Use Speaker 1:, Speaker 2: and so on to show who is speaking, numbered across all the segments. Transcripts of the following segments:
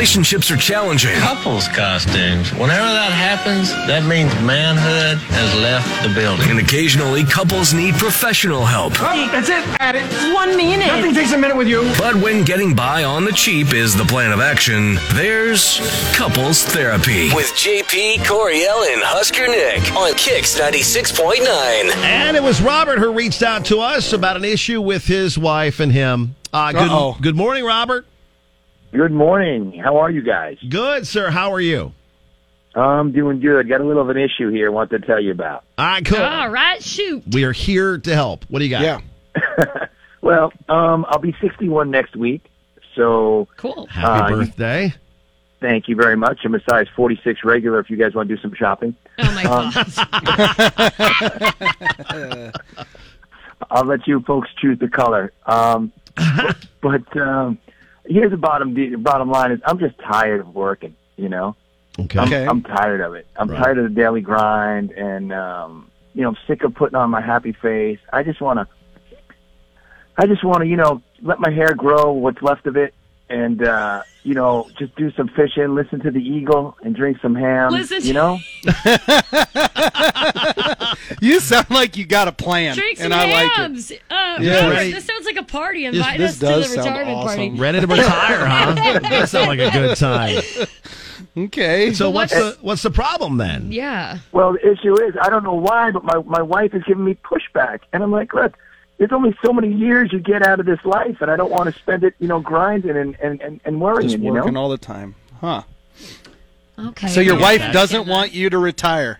Speaker 1: relationships are challenging.
Speaker 2: Couples costumes. Whenever that happens, that means manhood has left the building.
Speaker 1: And occasionally, couples need professional help.
Speaker 3: that's it. At it.
Speaker 4: One minute.
Speaker 3: Nothing takes a minute with you.
Speaker 1: But when getting by on the cheap is the plan of action, there's couples therapy.
Speaker 5: With JP, Coriel, and Husker Nick on Kix 96.9.
Speaker 6: And it was Robert who reached out to us about an issue with his wife and him. Uh,
Speaker 7: Uh-oh.
Speaker 6: good, good morning, Robert.
Speaker 8: Good morning. How are you guys?
Speaker 6: Good, sir. How are you?
Speaker 8: I'm doing good. Got a little of an issue here. I want to tell you about.
Speaker 6: All right, cool.
Speaker 4: All right, shoot.
Speaker 6: We are here to help. What do you got?
Speaker 7: Yeah.
Speaker 8: Well, um, I'll be 61 next week, so
Speaker 4: Cool.
Speaker 6: Happy
Speaker 8: Uh,
Speaker 6: birthday.
Speaker 8: thank you very much. I'm a size 46 regular. If you guys want to do some shopping,
Speaker 4: Oh my gosh.
Speaker 8: I'll let you folks choose the color. Um, but um, here's the bottom the bottom line: is I'm just tired of working. You know,
Speaker 6: Okay.
Speaker 8: I'm,
Speaker 7: Okay.
Speaker 8: I'm tired of it. I'm
Speaker 6: Right.
Speaker 8: tired of the daily grind, and um, you know, I'm sick of putting on my happy face. I just want to, I just want to, you know, let my hair grow, what's left of it, and uh, you know, just do some fishing, listen to the eagle, and drink some ham.
Speaker 4: Listen to-
Speaker 8: you know,
Speaker 7: You sound like you got a plan.
Speaker 4: Drink some
Speaker 7: and I like it.
Speaker 4: hams. Uh,
Speaker 7: Yeah.
Speaker 4: Robert,
Speaker 6: Right.
Speaker 4: This sounds like a party.
Speaker 6: This-
Speaker 4: Invite
Speaker 7: this
Speaker 4: us to
Speaker 7: does
Speaker 4: the
Speaker 7: sound
Speaker 4: retirement
Speaker 7: awesome.
Speaker 4: party.
Speaker 6: Ready to retire, huh? That sounds like a good time.
Speaker 7: Okay.
Speaker 6: So what's
Speaker 8: what's-
Speaker 6: the what's the problem then?
Speaker 4: Yeah.
Speaker 8: well, the issue is, I don't know why, but my my wife is giving me pushback, and I'm like, look. There's only so many years you get out of this life, and I don't want to spend it, you know, grinding and and and, and worrying.
Speaker 7: just
Speaker 8: you know,
Speaker 7: working all the time. Huh.
Speaker 4: Okay.
Speaker 7: So your
Speaker 4: Yeah.
Speaker 7: wife doesn't want you to retire.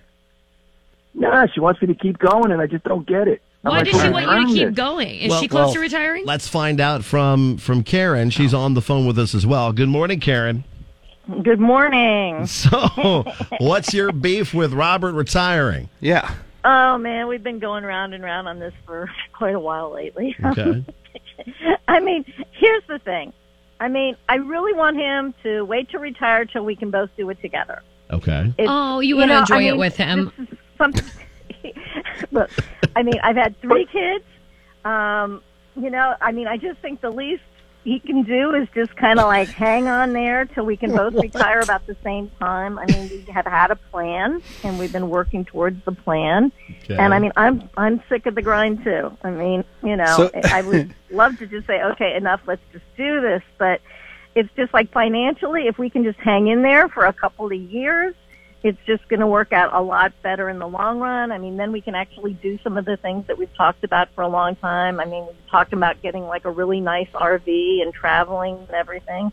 Speaker 8: nah, she wants me to keep going, and I just don't get it. I'm
Speaker 4: Why
Speaker 8: like,
Speaker 4: does she
Speaker 8: "Well,
Speaker 4: want you to
Speaker 8: earned
Speaker 4: keep
Speaker 8: it."
Speaker 4: going? Is
Speaker 6: Well,
Speaker 4: she close
Speaker 6: well,
Speaker 4: to retiring?
Speaker 6: Let's find out from from Karen. She's on the phone with us as well. Good morning, Karen.
Speaker 9: Good morning.
Speaker 6: So, what's your beef with Robert retiring?
Speaker 7: Yeah.
Speaker 9: Oh man, we've been going round and round on this for quite a while lately.
Speaker 6: Okay.
Speaker 9: I mean, here's the thing. I mean, I really want him to wait to retire till we can both do it together.
Speaker 6: Okay.
Speaker 9: It's-
Speaker 4: Oh, you wanna
Speaker 9: know,
Speaker 4: enjoy
Speaker 9: I
Speaker 4: it
Speaker 9: mean,
Speaker 4: with him.
Speaker 9: this is Something. Look, I mean, I've had three kids. Um, you know, I mean, I just think the least he can do is just kind of like hang on there till we can both retire about the same time. I mean, we have had a plan, and we've been working towards the plan.
Speaker 6: okay.
Speaker 9: And I mean, I'm I'm sick of the grind too. I mean, you know,
Speaker 7: So-
Speaker 9: I would love to just say, okay, enough. Let's just do this. But it's just like financially, if we can just hang in there for a couple of years, it's just going to work out a lot better in the long run. I mean, then we can actually do some of the things that we've talked about for a long time. I mean, we've talked about getting like a really nice RV and traveling and everything,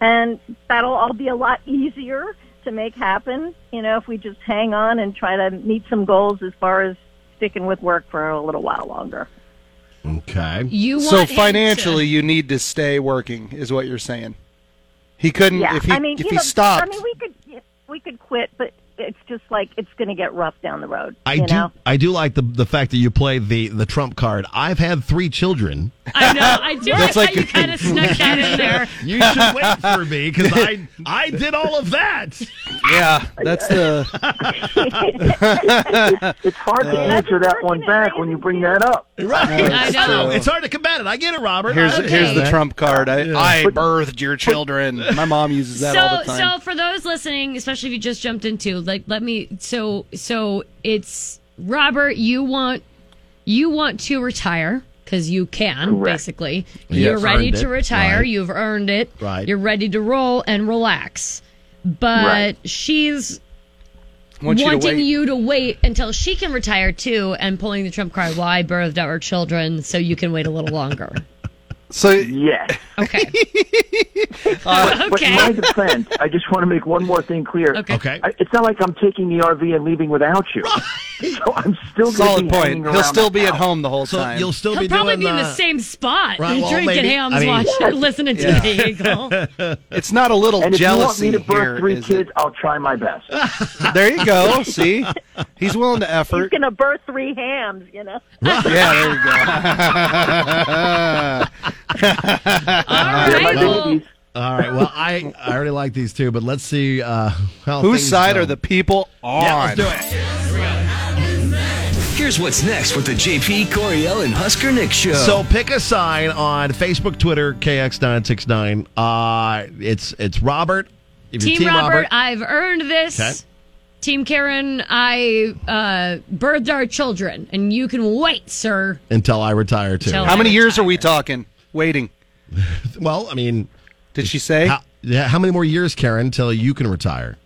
Speaker 9: and that'll all be a lot easier to make happen, you know, if we just hang on and try to meet some goals as far as sticking with work for a little while longer.
Speaker 6: okay.
Speaker 4: You want
Speaker 7: So
Speaker 4: him to-
Speaker 7: financially, you need to stay working, is what you're saying. He couldn't
Speaker 9: Yeah,
Speaker 7: Mm, if he
Speaker 9: I mean,
Speaker 7: if
Speaker 9: you
Speaker 7: he
Speaker 9: know,
Speaker 7: stopped.
Speaker 9: I mean, we could we could quit, but it's just like it's going to get rough down the road.
Speaker 6: I
Speaker 9: you
Speaker 6: do.
Speaker 9: know?
Speaker 6: I do like the the fact that you played the the trump card. I've had three children.
Speaker 4: I know. I do like,
Speaker 7: That's
Speaker 4: how
Speaker 7: like-
Speaker 4: you kind of snuck that in there.
Speaker 6: You should wait for me because I I did all of that.
Speaker 7: yeah, that's the
Speaker 8: It's hard to answer that one back when you bring that up.
Speaker 6: Right.
Speaker 4: I know.
Speaker 6: It's hard to combat it. I get it, Robert.
Speaker 7: here's
Speaker 6: I
Speaker 7: here's the
Speaker 6: understand.
Speaker 7: trump card. I, I birthed your children. My mom uses that all the
Speaker 4: so
Speaker 7: time.
Speaker 4: so for those listening especially if you just jumped into like let me so so it's robert you want you want to retire because you can
Speaker 8: Correct.
Speaker 4: basically
Speaker 6: Yes.
Speaker 4: you're ready
Speaker 6: Earned
Speaker 4: to
Speaker 6: it,
Speaker 4: retire
Speaker 6: right.
Speaker 4: you've earned it
Speaker 6: Right.
Speaker 4: you're ready to roll and relax but
Speaker 8: Right.
Speaker 4: she's
Speaker 7: Want you to
Speaker 4: wanting
Speaker 7: wait.
Speaker 4: you to wait until she can retire too and pulling the trump card why birthed our children so you can wait a little longer
Speaker 7: So
Speaker 8: Yes.
Speaker 4: okay
Speaker 8: But in my
Speaker 4: okay
Speaker 8: defense, I just want to make one more thing clear.
Speaker 4: Okay.
Speaker 6: Okay.
Speaker 8: I, it's not like I'm taking the RV and leaving without you. so I'm still going to
Speaker 7: solid
Speaker 8: be hanging
Speaker 7: point. He'll
Speaker 8: around
Speaker 7: still
Speaker 8: the
Speaker 7: be at
Speaker 8: house.
Speaker 7: home the whole
Speaker 6: So
Speaker 7: time.
Speaker 6: you'll still
Speaker 4: He'll
Speaker 6: be
Speaker 4: probably
Speaker 6: doing
Speaker 4: be in the
Speaker 6: uh,
Speaker 4: same spot,
Speaker 6: Right, well,
Speaker 4: drinking
Speaker 6: maybe.
Speaker 4: hams,
Speaker 6: I mean-
Speaker 4: watching, listening to the eagle.
Speaker 7: it's not a little
Speaker 8: And if you want
Speaker 7: jealousy
Speaker 8: me to
Speaker 7: here.
Speaker 8: birth three
Speaker 7: is
Speaker 8: kids,
Speaker 7: it?
Speaker 8: I'll try my best.
Speaker 7: There you go. See, he's willing to
Speaker 9: He's
Speaker 7: effort.
Speaker 9: going to birth three hams, you know.
Speaker 7: Yeah, there you go.
Speaker 4: All right, well,
Speaker 8: babies.
Speaker 6: All right. Well, I I already like these two, but let's see uh, how
Speaker 7: Whose
Speaker 6: things
Speaker 7: side
Speaker 6: go.
Speaker 7: are the people on?
Speaker 6: Yeah, let's do it.
Speaker 4: here's
Speaker 5: Here's what's next with the JP Coriel and Husker Nick show.
Speaker 6: So pick a sign on Facebook, Twitter, KX969. Uh, it's it's Robert. If you're
Speaker 4: Team, Robert, I've earned this.
Speaker 6: Okay.
Speaker 4: Team Karen, I uh, birthed our children, and you can wait, sir.
Speaker 6: until I retire too.
Speaker 4: Till-
Speaker 7: How many years are we talking? Waiting.
Speaker 6: well, I mean,
Speaker 7: Did she say?
Speaker 6: how, yeah, how many more years, Karen, until you can retire?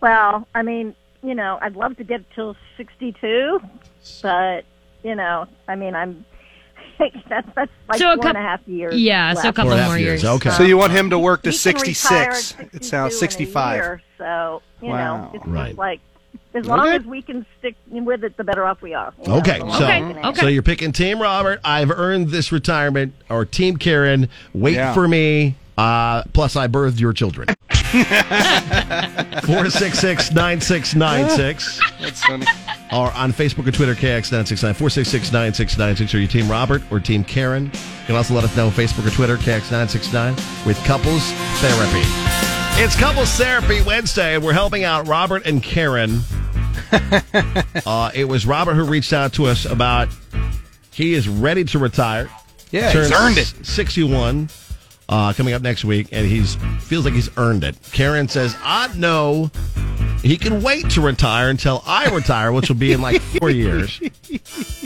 Speaker 9: Well, I mean, you know, I'd love to get till 62, but you know, I mean, I'm that's that's like
Speaker 4: So a
Speaker 9: one and
Speaker 4: cou-
Speaker 9: a half years.
Speaker 4: Yeah, so a
Speaker 9: left.
Speaker 4: couple
Speaker 6: Four and a half
Speaker 4: more years. Uh,
Speaker 6: years. Okay.
Speaker 7: so you want him to work to
Speaker 9: He can retire at
Speaker 7: 66? It sounds
Speaker 9: 62 in a
Speaker 7: 65.
Speaker 9: year, so you
Speaker 7: Wow.
Speaker 9: know, it's
Speaker 6: Right.
Speaker 9: just like as long
Speaker 7: Okay.
Speaker 9: as we can stick with it, the better off we are. you know,
Speaker 6: Okay,
Speaker 9: the
Speaker 6: so
Speaker 9: longer
Speaker 4: Okay,
Speaker 9: we can hang.
Speaker 6: so you're picking Team Robert. I've earned this retirement, or Team Karen. Wait
Speaker 7: Yeah.
Speaker 6: for me. Uh, plus, I birthed your children. Four six six nine six nine six.
Speaker 7: That's funny.
Speaker 6: Or on Facebook or Twitter, KX969 466 9696. Are you Team Robert or Team Karen? You can also let us know on Facebook or Twitter, KX969, with Couples Therapy. It's Couples Therapy Wednesday, and we're helping out Robert and Karen. uh, it was Robert who reached out to us about he is ready to retire.
Speaker 7: Yeah, he's earned it.
Speaker 6: 61 uh, coming up next week, and he's feels like he's earned it. Karen says, I know he can wait to retire until I retire, which will be in like four years.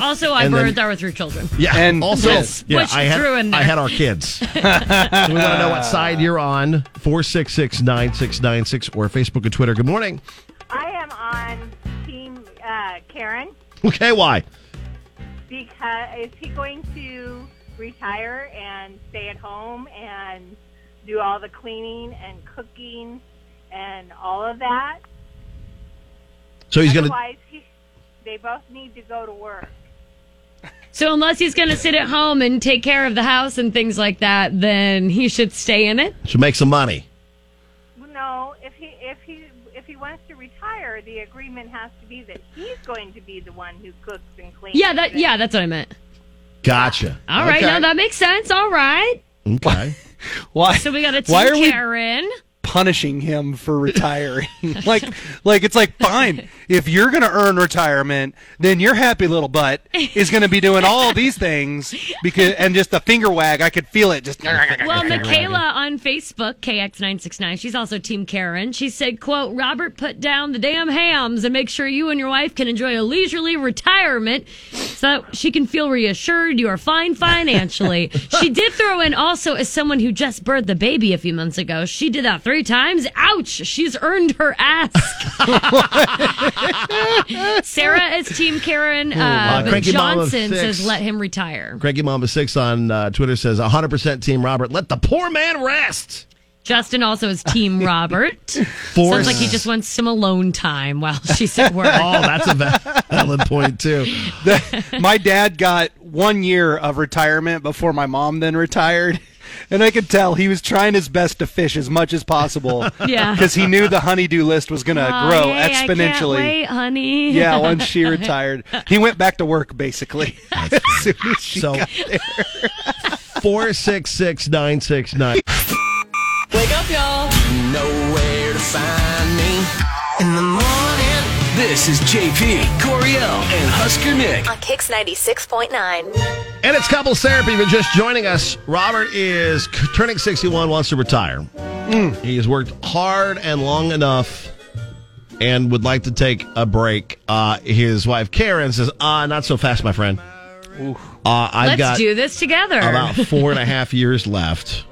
Speaker 4: Also, I
Speaker 6: And then-
Speaker 4: birthed our three children.
Speaker 6: Yeah,
Speaker 7: And-
Speaker 6: also,
Speaker 7: Yes,
Speaker 6: yeah,
Speaker 4: push
Speaker 6: I had
Speaker 4: through in there.
Speaker 6: I had our kids. so we want to know what side you're on. Four six six nine six nine six or Facebook and Twitter. Good morning.
Speaker 10: I am on Team uh, Karen
Speaker 6: Okay, why?
Speaker 10: because is he going to retire and stay at home and do all the cleaning and cooking and all of that?
Speaker 6: So he's gonna.
Speaker 10: Otherwise, he, they both need to go to work.
Speaker 4: So unless he's going to sit at home and take care of the house and things like that, then he should stay in it.
Speaker 6: should make some money.
Speaker 10: No, if he if he if he wants to retire, the agreement has to be that he's going to be the one who cooks and cleans.
Speaker 4: Yeah, that
Speaker 10: and-
Speaker 4: yeah, that's what I meant.
Speaker 6: Gotcha.
Speaker 4: All right, now that makes sense. All right.
Speaker 6: Okay.
Speaker 7: Why?
Speaker 4: So we got a team
Speaker 7: Why are we
Speaker 4: Karen.
Speaker 7: punishing him for retiring? like, like it's like fine. If you're going to earn retirement, then your happy little butt is going to be doing all these things because and just the finger wag. I could feel it. Just
Speaker 4: Well, Michaela on Facebook, KX969, she's also Team Karen. She said, quote, Robert, put down the damn hams and make sure you and your wife can enjoy a leisurely retirement so that she can feel reassured you are fine financially. she did throw in also as someone who just birthed the baby a few months ago. She did that three times. Ouch. She's earned her ask. Sarah is Team Karen. Uh, but
Speaker 6: Oh, Cranky Mom of
Speaker 4: Johnson
Speaker 6: six.
Speaker 4: says, let him retire.
Speaker 6: Cranky Mama Six on uh, Twitter says 100% Team Robert. Let the poor man rest.
Speaker 4: Justin also is Team Robert.
Speaker 6: Four.
Speaker 4: Sounds like he just wants some alone time while she's at work.
Speaker 6: Oh, that's a va- valid point too.
Speaker 7: my dad got one year of retirement before my mom then retired. And I could tell he was trying his best to fish as much as possible.
Speaker 4: Yeah.
Speaker 7: Because he knew the honeydew list was going to
Speaker 4: Oh,
Speaker 7: grow
Speaker 4: yay, I can't
Speaker 7: exponentially.
Speaker 4: wait, honey.
Speaker 7: Yeah, once she retired, he went back to work basically. as soon as she
Speaker 6: So
Speaker 7: got there.
Speaker 6: four six six nine six nine.
Speaker 5: Nowhere to find me in the morning. This is JP Coriel and Husker Nick.
Speaker 10: on Kicks ninety six point nine.
Speaker 6: And it's couples therapy. If you're just joining us, Robert is c- turning 61, wants to retire.
Speaker 4: Mm.
Speaker 6: He has worked hard and long enough and would like to take a break. Uh, his wife, Karen, says, Ah, not so fast, my friend. Uh, I've
Speaker 4: Let's
Speaker 6: got
Speaker 4: do this together.
Speaker 6: about four and a half years left.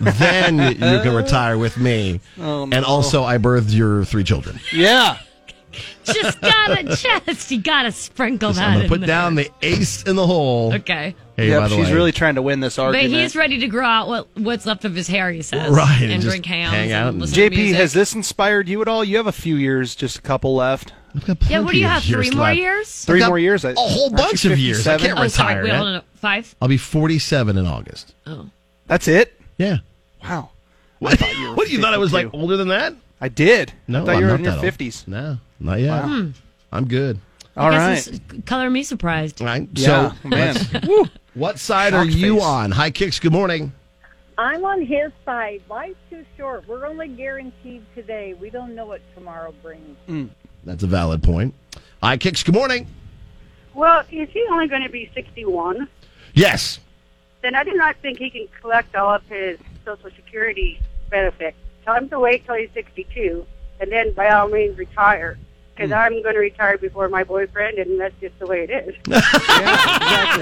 Speaker 6: Then you can retire with me.
Speaker 4: Oh,
Speaker 6: And also, I birthed your three children.
Speaker 7: Yeah.
Speaker 4: just gotta, just, you gotta sprinkle
Speaker 6: I'm
Speaker 4: that
Speaker 6: going
Speaker 4: in
Speaker 6: to put
Speaker 4: there.
Speaker 6: down the ace in the hole.
Speaker 4: Okay.
Speaker 6: Hey, by
Speaker 7: Yep,
Speaker 6: the
Speaker 7: she's
Speaker 6: way.
Speaker 7: really trying to win this
Speaker 4: But
Speaker 7: argument.
Speaker 4: he's ready to grow out what, what's left of his hair, he says.
Speaker 6: Right, and
Speaker 4: And,
Speaker 6: just
Speaker 4: drink hams.
Speaker 6: hang out and-
Speaker 4: And listen to
Speaker 7: JP,
Speaker 4: music.
Speaker 7: has this inspired you at all? You have a few years, just a couple left.
Speaker 6: I've got
Speaker 4: Yeah, what do
Speaker 6: plenty
Speaker 4: you
Speaker 6: of
Speaker 4: have? Three more
Speaker 6: left.
Speaker 4: years?
Speaker 7: Three
Speaker 6: got
Speaker 7: more years. I-
Speaker 6: a whole
Speaker 7: aren't
Speaker 6: bunch
Speaker 7: you
Speaker 6: of years. I
Speaker 7: 57?
Speaker 6: can't
Speaker 4: Oh, sorry.
Speaker 6: Retired,
Speaker 4: Wait,
Speaker 6: eh?
Speaker 4: hold on. Five?
Speaker 6: I'll be 47 in August.
Speaker 7: That's it.
Speaker 6: Yeah.
Speaker 7: Wow.
Speaker 6: What,
Speaker 7: thought you were
Speaker 6: do you thought I was like
Speaker 7: 52.
Speaker 6: older than that?
Speaker 7: I did.
Speaker 6: No,
Speaker 7: I thought
Speaker 6: I'm
Speaker 7: you were
Speaker 6: not
Speaker 7: in your
Speaker 6: that old.
Speaker 7: fifties. Hmm.
Speaker 6: No, not yet. I'm good.
Speaker 7: All
Speaker 4: I
Speaker 7: right.
Speaker 4: guess it's- color me surprised.
Speaker 6: All right.
Speaker 7: Yeah,
Speaker 6: So,
Speaker 7: man.
Speaker 6: let's- what side are
Speaker 7: Shock
Speaker 6: you
Speaker 7: face.
Speaker 6: on? Hi, Kicks. Good morning.
Speaker 10: I'm on his side. Life's too short. We're only guaranteed today. We don't know what tomorrow brings.
Speaker 6: That's a valid point. Hi, Kicks. Good morning.
Speaker 11: Well, is he only going to be 61?
Speaker 6: Yes.
Speaker 11: Then I do not think he can collect all of his Social Security benefits. Tell him to wait till he's 62 and then by all means retire.
Speaker 8: Hmm.
Speaker 11: Because I'm going to retire before my boyfriend, and that's just the way it is.
Speaker 4: There's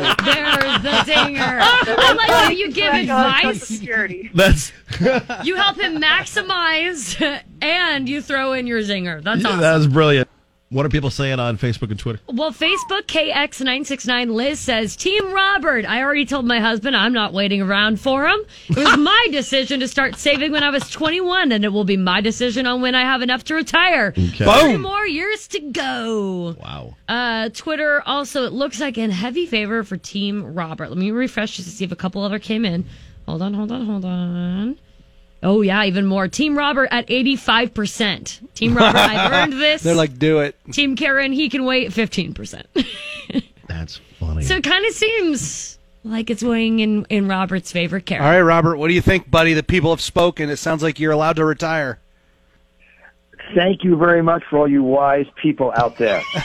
Speaker 4: the dinger. I like how you give
Speaker 11: Collect all his
Speaker 4: advice.
Speaker 11: Social Security.
Speaker 6: That's
Speaker 4: You help him maximize and you throw in your zinger. That's awesome.
Speaker 6: that was brilliant. What are people saying on Facebook and Twitter?
Speaker 4: Well, Facebook KX969 Liz says, Team Robert, I already told my husband I'm not waiting around for him. It was my decision to start saving when I was 21, and it will be my decision on when I have enough to retire.
Speaker 6: Okay.
Speaker 4: Three
Speaker 6: Boom.
Speaker 4: more years to go.
Speaker 6: Wow.
Speaker 4: Uh, Twitter also, it looks like in heavy favor for Team Robert. Let me refresh just to see if a couple other came in. Hold on, hold on, hold on. Oh, yeah, even more. Team Robert at 85%. Team Robert, I've earned this.
Speaker 7: They're like, do it.
Speaker 4: Team Karen, he can wait 15%.
Speaker 6: That's funny.
Speaker 4: So it kind of seems like it's weighing in in Robert's favor, Karen.
Speaker 7: All right, Robert, what do you think, buddy? The people have spoken. It sounds like you're allowed to retire.
Speaker 8: Thank you very much for all you wise people out there.
Speaker 4: Well,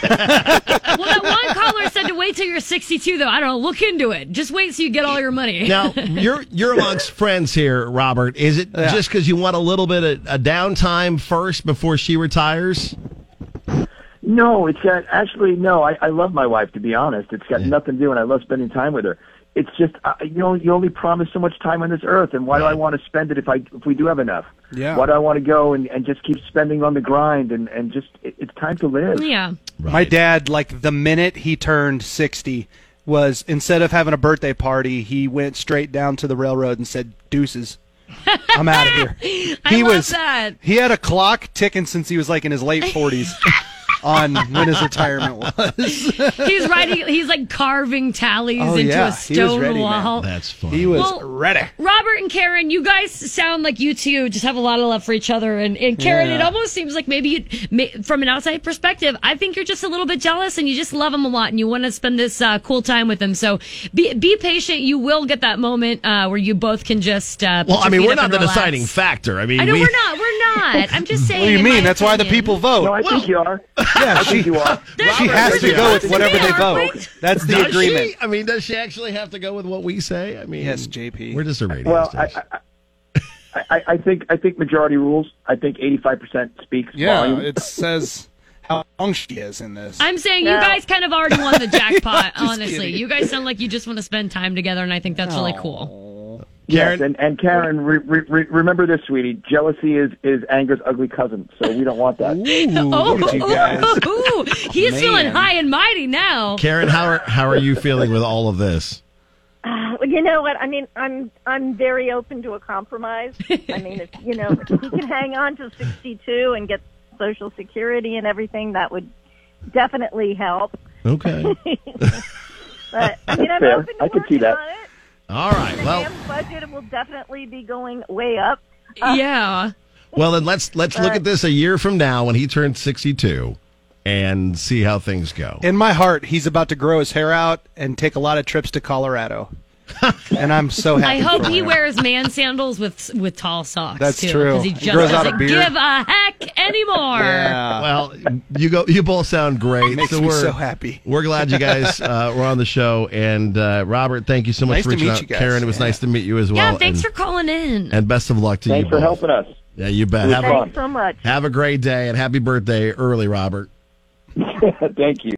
Speaker 4: that one caller said to wait till you're 62, though. I don't know. Look into it. Just wait so you get all your money.
Speaker 6: Now you're you're amongst friends here, Robert. Is it just because you want a little bit of a downtime first before she retires?
Speaker 8: No, it's that actually no. I, I love my wife to be honest. It's got nothing to do, and I love spending time with her. It's just uh, you know you only promise so much time on this earth, and why do I want to spend it if I if we do have enough?
Speaker 7: Yeah.
Speaker 8: Why do I want to go and, and just keep spending on the grind and and just it, it's time to live.
Speaker 4: yeah.
Speaker 7: My dad, like the minute he turned 60, was instead of having a birthday party, he went straight down to the railroad and said, deuces. I'm out of here. He
Speaker 4: I love
Speaker 7: was
Speaker 4: that.
Speaker 7: he had a clock ticking since he was like in his late 40s on when his retirement was.
Speaker 4: He's writing, he's like carving tallies
Speaker 7: Oh,
Speaker 4: into
Speaker 7: yeah.
Speaker 4: a
Speaker 7: He was
Speaker 4: stone
Speaker 7: ready, man.
Speaker 4: wall.
Speaker 6: That's funny.
Speaker 7: He was
Speaker 4: Well-
Speaker 7: ready.
Speaker 4: Robert and Karen, you guys sound like you two just have a lot of love for each other. And, and Karen,
Speaker 7: Yeah.
Speaker 4: it almost seems like maybe you, may- from an outside perspective, I think you're just a little bit jealous and you just love him a lot and you want to spend this uh, cool time with him. So be, be patient. You will get that moment uh, where you both can just. Uh, put
Speaker 6: Well, I
Speaker 4: your
Speaker 6: mean,
Speaker 4: feet
Speaker 6: we're
Speaker 4: up
Speaker 6: not
Speaker 4: and
Speaker 6: the
Speaker 4: relax.
Speaker 6: deciding factor. I mean,
Speaker 4: I know
Speaker 6: we,
Speaker 4: we, are not. We're not. I'm just saying.
Speaker 7: What do you
Speaker 4: in
Speaker 7: mean?
Speaker 4: my
Speaker 7: That's why the
Speaker 4: opinion.
Speaker 7: people
Speaker 8: No,
Speaker 7: vote.
Speaker 8: I think you are.
Speaker 7: Yeah,
Speaker 8: I think
Speaker 7: she,
Speaker 8: you are.
Speaker 7: she has to
Speaker 6: Robert,
Speaker 7: go
Speaker 4: yeah.
Speaker 7: with whatever they
Speaker 4: Yeah,
Speaker 7: vote.
Speaker 4: right?
Speaker 7: That's the
Speaker 6: Does
Speaker 7: agreement.
Speaker 6: She? I mean, does she actually have to go with what we say? I mean,
Speaker 7: Yes, JP.
Speaker 6: We're just a radio
Speaker 8: Well, I,
Speaker 6: station.
Speaker 8: I, I- I, I think I think majority rules. I think eighty five percent speaks
Speaker 7: Yeah,
Speaker 8: volume.
Speaker 7: it says how long she is in this.
Speaker 4: I'm saying you
Speaker 11: No.
Speaker 4: guys kind of already won the jackpot, honestly.
Speaker 7: kidding.
Speaker 4: You guys sound like you just want to spend time together, and I think that's really cool.
Speaker 8: yes, and and Karen, re, re, re, remember this, sweetie. Jealousy is is anger's ugly cousin, so we don't want that.
Speaker 7: Ooh,
Speaker 4: Oh,
Speaker 7: look at you guys.
Speaker 4: ooh, he is feeling
Speaker 7: Man.
Speaker 4: high and mighty now.
Speaker 6: Karen, how are how are you feeling with all of this?
Speaker 9: Well, you know what? I mean, I'm I'm very open to a compromise. I mean, if you know, if he can hang on to 62 and get Social Security and everything, that would definitely help.
Speaker 6: Okay.
Speaker 9: But I mean, I'm
Speaker 8: Fair.
Speaker 9: open to
Speaker 8: I could see
Speaker 9: working
Speaker 8: that.
Speaker 9: on it.
Speaker 6: All right.
Speaker 9: The
Speaker 6: Well,
Speaker 9: damn budget will definitely be going way up.
Speaker 4: yeah.
Speaker 6: well, then let's let's look at this a year from now when he turns sixty-two, and see how things go.
Speaker 7: In my heart, he's about to grow his hair out and take a lot of trips to Colorado. and I'm so
Speaker 4: I
Speaker 7: happy.
Speaker 4: hope
Speaker 7: for
Speaker 4: he
Speaker 7: him.
Speaker 4: wears man sandals with with tall socks.
Speaker 7: That's
Speaker 4: too,
Speaker 7: true.
Speaker 4: Because he
Speaker 7: He
Speaker 4: just
Speaker 7: grows out a
Speaker 4: doesn't
Speaker 7: beard.
Speaker 4: give a heck anymore.
Speaker 7: Yeah.
Speaker 6: Well, you go. You both sound great.
Speaker 7: Makes
Speaker 6: so
Speaker 7: me
Speaker 6: we're
Speaker 7: so happy.
Speaker 6: We're glad you guys uh, were on the show. And uh, Robert, thank you so much
Speaker 7: Nice
Speaker 6: for
Speaker 7: to
Speaker 6: reaching
Speaker 7: meet
Speaker 6: out.
Speaker 7: you guys.
Speaker 6: Karen, it was
Speaker 7: Yeah.
Speaker 6: nice to meet you as well.
Speaker 4: Yeah, thanks for
Speaker 6: and,
Speaker 4: calling in.
Speaker 6: and best of luck to you.
Speaker 8: Thanks for
Speaker 6: both.
Speaker 8: helping us.
Speaker 6: Yeah, you bet.
Speaker 8: was
Speaker 6: Have
Speaker 8: fun.
Speaker 6: a,
Speaker 9: Thanks so much.
Speaker 6: have a great day and happy birthday early, Robert.
Speaker 8: Thank you.